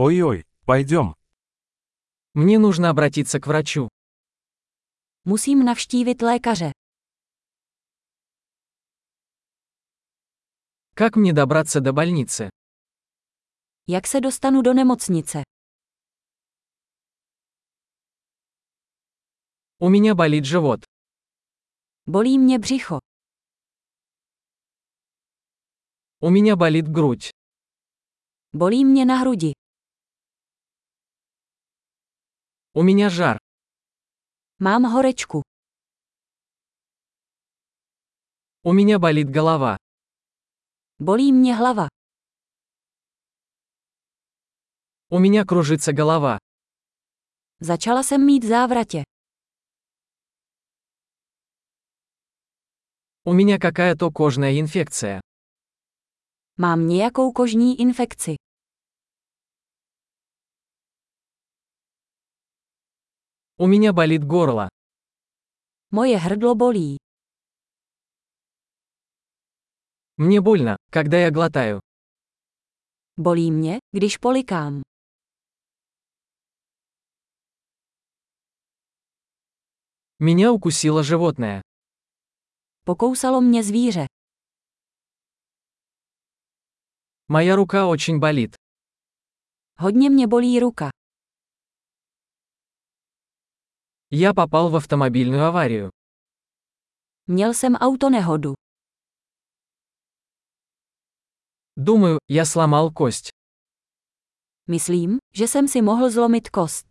Ой-ой, пойдем. Мне нужно обратиться к врачу. Musím navštívit lékaře. Как мне добраться до больницы? Jak se dostanu do nemocnice? У меня болит живот. Bolí mě břicho. У меня болит грудь. Bolí mě na hrudi. У меня жар. Mám horečku. У меня болит голова. Bolí mě hlava. У меня кружится голова. Začala jsem mít závratě. У меня какая-то кожная инфекция. Mám nějakou kožní infekci. У меня болит горло. Moje hrdlo bolí. Мне больно, когда я глотаю. Bolí mě, když polikám. Меня укусило животное. Pokousalo mě zvíře. Моя рука очень болит. Hodně mě bolí ruka. Я попал в автомобильную аварию. Měl jsem autonehodu. Думаю, я сломал кость. Myslím, že jsem si mohl zlomit kost.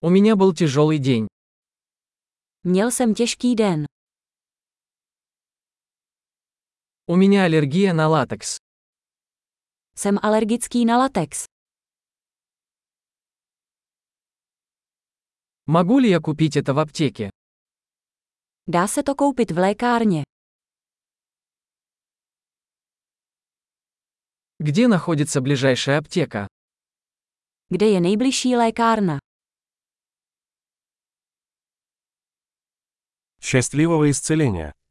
У меня был тяжелый день. Měl jsem těžký den. У меня аллергия на латекс. Jsem alergický na latex. Могу ли я купить это в аптеке? Dá se to koupit v lékárně. Где находится ближайшая аптека? Kde je nejbližší lékárna? Счастливого исцеления.